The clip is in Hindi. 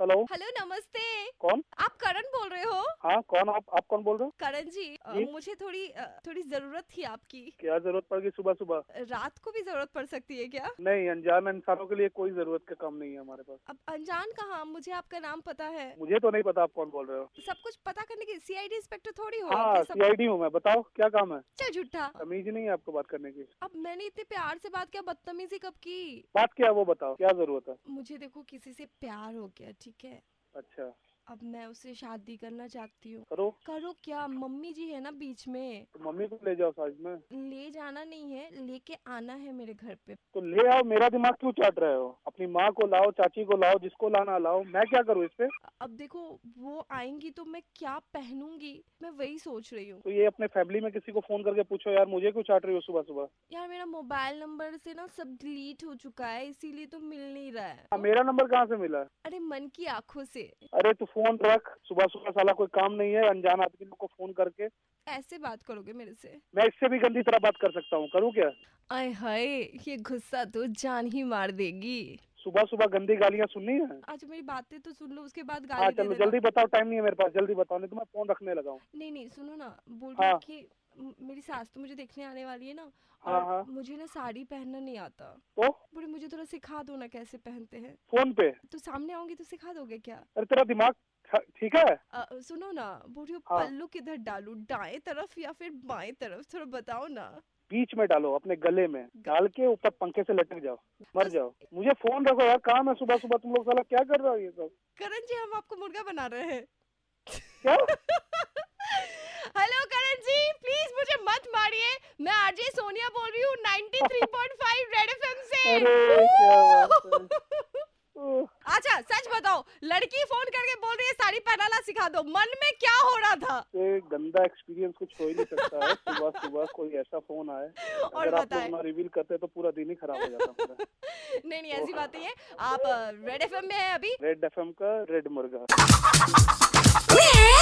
हेलो हेलो नमस्ते कौन आप करण बोल रहे हो हाँ कौन आप आप कौन बोल रहे हो करण जी अ, जी? मुझे थोड़ी अ, थोड़ी जरूरत थी आपकी क्या जरूरत पड़ेगी सुबह सुबह रात को भी जरूरत पड़ सकती है क्या नहीं अनजान इंसानों के लिए कोई जरूरत का काम नहीं है हमारे पास अब अनजान कहाँ मुझे आपका नाम पता है मुझे तो नहीं पता आप कौन बोल रहे हो सब कुछ पता करने की सीआईडी इंस्पेक्टर थोड़ी हो हाँ आपके सब सीआईडी हूँ मैं बताओ क्या काम है चल झूठा तमीज नहीं है आपको बात करने की अब मैंने इतने प्यार से बात किया बदतमीजी कब की बात क्या है वो बताओ क्या जरूरत है मुझे देखो किसी से प्यार हो गया ठीक है अच्छा अब मैं उससे शादी करना चाहती हूँ करो करो क्या मम्मी जी है ना बीच में तो मम्मी को ले जाओ साथ में ले जाना नहीं है लेके आना है मेरे घर पे तो ले आओ मेरा दिमाग क्यों चाट रहे हो अपनी माँ को लाओ चाची को लाओ जिसको लाना लाओ मैं क्या करूँ इस पे अब देखो वो आएंगी तो मैं क्या पहनूंगी मैं वही सोच रही हूँ तो ये अपने फैमिली में किसी को फोन करके पूछो यार मुझे क्यों चाट रही हो सुबह हाँ, सुबह यार मेरा मोबाइल नंबर से ना सब डिलीट हो चुका है इसीलिए तो मिल नहीं रहा है हाँ, मेरा नंबर कहाँ से मिला अरे मन की आंखों से अरे तू फोन रख सुबह सुबह साला कोई काम नहीं है अनजान आदमी को फोन करके ऐसे बात करोगे मेरे से मैं इससे भी गंदी तरह बात कर सकता हूँ करूँ क्या आय हाय ये गुस्सा तो जान ही मार देगी सुबह सुबह गंदी गालियाँ सुननी है आज मेरी बातें तो सुन लो उसके बाद हाँ गाली दे चलो देना जल्दी बताओ टाइम हाँ, नहीं है मेरे पास जल्दी बताओ नहीं तो मैं फोन रखने लगा हूँ नहीं नहीं सुनो ना बोल रही हाँ। हूँ कि म- मेरी सास तो मुझे देखने आने वाली है ना हाँ, हाँ। और मुझे ना साड़ी पहनना नहीं आता तो बोले मुझे थोड़ा सिखा दो ना कैसे पहनते हैं फोन पे अरे तो सामने आऊंगी तो सिखा दोगे क्या तेरा दिमाग ठ- ठीक है अ, सुनो ना बोल रही हूँ हाँ। पल्लू किधर डालू दाएं तरफ या फिर बाएं तरफ थोड़ा बताओ ना बीच में डालो अपने गले में डाल के ऊपर पंखे से लटक जाओ मर जाओ मुझे फोन रखो यार काम है सुबह सुबह तुम लोग साला क्या कर रहे हो ये सब करण जी हम आपको मुर्गा बना रहे हैं क्या हेलो करण जी प्लीज मुझे मत मारिए मैं आरजे सोनिया बोल रही हूँ 93.5 रेड एफएम से अरे, क्या बात ओह, अच्छा सच बताओ लड़की फोन करके बोल रही है साड़ी पहनाना सिखा दो मन में क्या हो रहा था ये गंदा एक्सपीरियंस कुछ हो ही नहीं सकता है सुबह सुबह कोई ऐसा फोन आए अगर आप बताएं। लोग रिवील करते तो पूरा दिन ही खराब हो जाता मेरा। नहीं नहीं ऐसी बात नहीं है आप रेड एफएम में है अभी रेड एफ का रेड मुर्गा Yeah!